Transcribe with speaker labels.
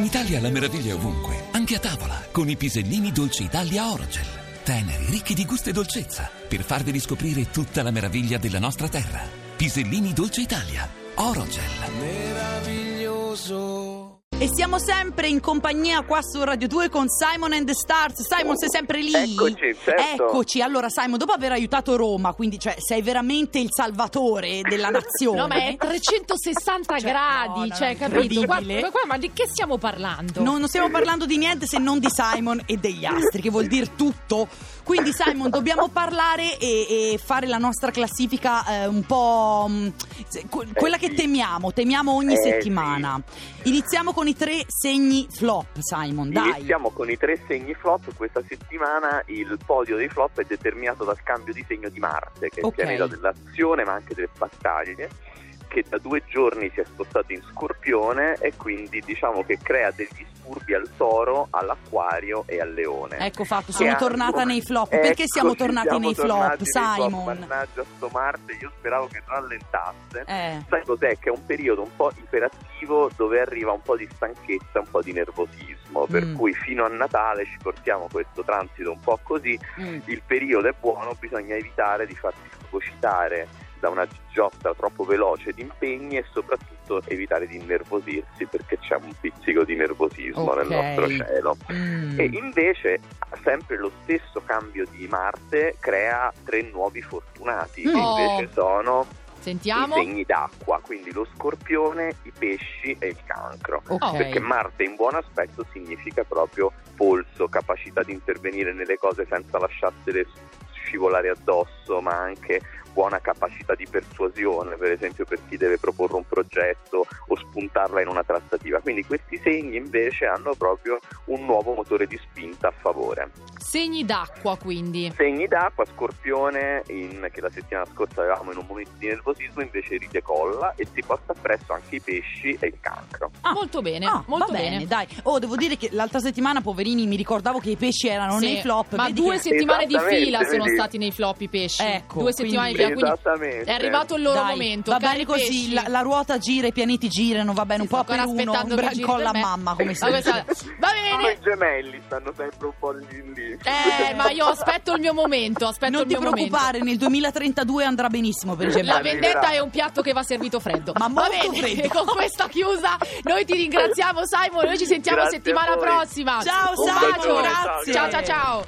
Speaker 1: Italia la meraviglia è ovunque, anche a tavola, con i pisellini dolci Italia Orogel. Teneri, ricchi di gusto e dolcezza, per farvi riscoprire tutta la meraviglia della nostra terra. Pisellini dolce Italia, Orogel.
Speaker 2: Meraviglioso.
Speaker 3: E siamo sempre in compagnia qua su Radio 2 con Simon and the Stars. Simon, sei sempre lì?
Speaker 4: Eccoci, certo.
Speaker 3: Eccoci. Allora, Simon, dopo aver aiutato Roma, quindi cioè sei veramente il salvatore della nazione.
Speaker 5: No, ma è 360
Speaker 3: Cioè,
Speaker 5: gradi,
Speaker 3: no, no,
Speaker 5: cioè,
Speaker 3: no,
Speaker 5: capito? Qua-
Speaker 3: incredibile.
Speaker 5: qua- ma di che stiamo parlando?
Speaker 3: No, non stiamo parlando di niente se non di Simon e degli astri, che vuol dire tutto. Quindi, Simon, dobbiamo parlare e, e fare la nostra classifica eh, un po' mh, se- que- quella che
Speaker 4: Eh, sì.
Speaker 3: temiamo, temiamo ogni
Speaker 4: Eh,
Speaker 3: settimana. Iniziamo con i tre segni flop, Simon, dai.
Speaker 4: Iniziamo con i tre segni flop. Questa settimana il podio dei flop è determinato dal cambio di segno di Marte, che è
Speaker 3: Ok.
Speaker 4: il pianeta dell'azione ma anche delle battaglie, che da due giorni si è spostato in Scorpione e quindi diciamo che crea degli scurbi al toro, all'acquario e al leone.
Speaker 3: Ecco fatto,
Speaker 4: Che
Speaker 3: sono
Speaker 4: hanno-
Speaker 3: tornata nei flop.
Speaker 4: Ecco,
Speaker 3: Perché siamo
Speaker 4: sì,
Speaker 3: tornati
Speaker 4: siamo
Speaker 3: nei flop,
Speaker 4: tornati nei flop.
Speaker 3: Simon?
Speaker 4: Mannaggia sto Marte, io speravo che rallentasse.
Speaker 3: Eh,
Speaker 4: Sai cos'è? Che è un periodo un po' iperattivo dove arriva un po' di stanchezza, un po' di nervosismo, per
Speaker 3: Mm.
Speaker 4: cui fino a Natale ci portiamo questo transito un po' così,
Speaker 3: mm.
Speaker 4: il periodo è buono, bisogna evitare di farsi fagocitare da una giotta troppo veloce di impegni e soprattutto evitare di innervosirsi perché c'è un pizzico di nervosismo
Speaker 3: Ok.
Speaker 4: nel nostro cielo.
Speaker 3: Mm.
Speaker 4: E invece sempre lo stesso cambio di Marte crea tre nuovi fortunati, che
Speaker 5: Mm.
Speaker 3: Oh.
Speaker 4: invece sono
Speaker 5: Sentiamo.
Speaker 4: i segni d'acqua, quindi lo scorpione, i pesci e il cancro.
Speaker 3: Ok.
Speaker 5: Oh,
Speaker 4: Perché Marte in buon aspetto significa proprio polso, capacità di intervenire nelle cose senza lasciarsele scivolare addosso, ma anche buona capacità di persuasione, per esempio per chi deve proporre un progetto o spuntarla in una trattativa. Quindi questi segni invece hanno proprio un nuovo motore di spinta a favore.
Speaker 5: Segni d'acqua, quindi.
Speaker 4: Segni d'acqua, Scorpione, in- che la settimana scorsa avevamo in un momento di nervosismo, invece ridecolla e si porta appresso anche i pesci e il cancro.
Speaker 3: Ah.
Speaker 5: Molto bene,
Speaker 3: Ah,
Speaker 5: molto
Speaker 3: va bene, dai. Oh, devo dire che l'altra settimana, poverini, mi ricordavo che i pesci erano
Speaker 5: Sì,
Speaker 3: nei flop.
Speaker 5: ma
Speaker 3: vedi
Speaker 5: due
Speaker 3: che-
Speaker 5: settimane di fila
Speaker 4: Esattamente,
Speaker 5: sono
Speaker 4: vedi?
Speaker 5: stati nei flop i pesci.
Speaker 3: Ecco,
Speaker 5: due settimane di fila,
Speaker 3: quindi-
Speaker 5: quindi
Speaker 4: Esattamente.
Speaker 5: è arrivato il loro
Speaker 3: Dai,
Speaker 5: momento.
Speaker 3: Va
Speaker 5: cari
Speaker 3: bene così,
Speaker 5: pesci.
Speaker 3: la, la ruota gira, i pianeti girano, va bene, un
Speaker 5: Sì,
Speaker 3: po'
Speaker 5: sto
Speaker 3: per
Speaker 5: ancora
Speaker 3: uno,
Speaker 5: aspettando
Speaker 3: un
Speaker 5: che giri
Speaker 3: branco alla
Speaker 5: per me.
Speaker 3: mamma, come si
Speaker 5: Ma
Speaker 3: dice.
Speaker 5: questa- Va
Speaker 4: Come Ah, i
Speaker 5: bene.
Speaker 4: gemelli stanno sempre un po' lì lì.
Speaker 5: Eh, ma io aspetto il mio momento, aspetto
Speaker 3: Non
Speaker 5: il
Speaker 3: ti
Speaker 5: mio momento.
Speaker 3: preoccupare, nel 2032 andrà benissimo per i
Speaker 5: La
Speaker 3: gemelli.
Speaker 5: vendetta è un piatto che va servito freddo.
Speaker 3: Ma
Speaker 5: Va
Speaker 3: molto
Speaker 5: bene,
Speaker 3: freddo.
Speaker 5: Con questa chiusa, noi ti ringraziamo, Simon. Noi ci sentiamo
Speaker 4: Grazie a
Speaker 5: settimana
Speaker 4: voi.
Speaker 5: prossima.
Speaker 3: Ciao,
Speaker 4: Un
Speaker 3: Saggio,
Speaker 4: bacione,
Speaker 3: grazie.
Speaker 5: Ciao, ciao, ciao.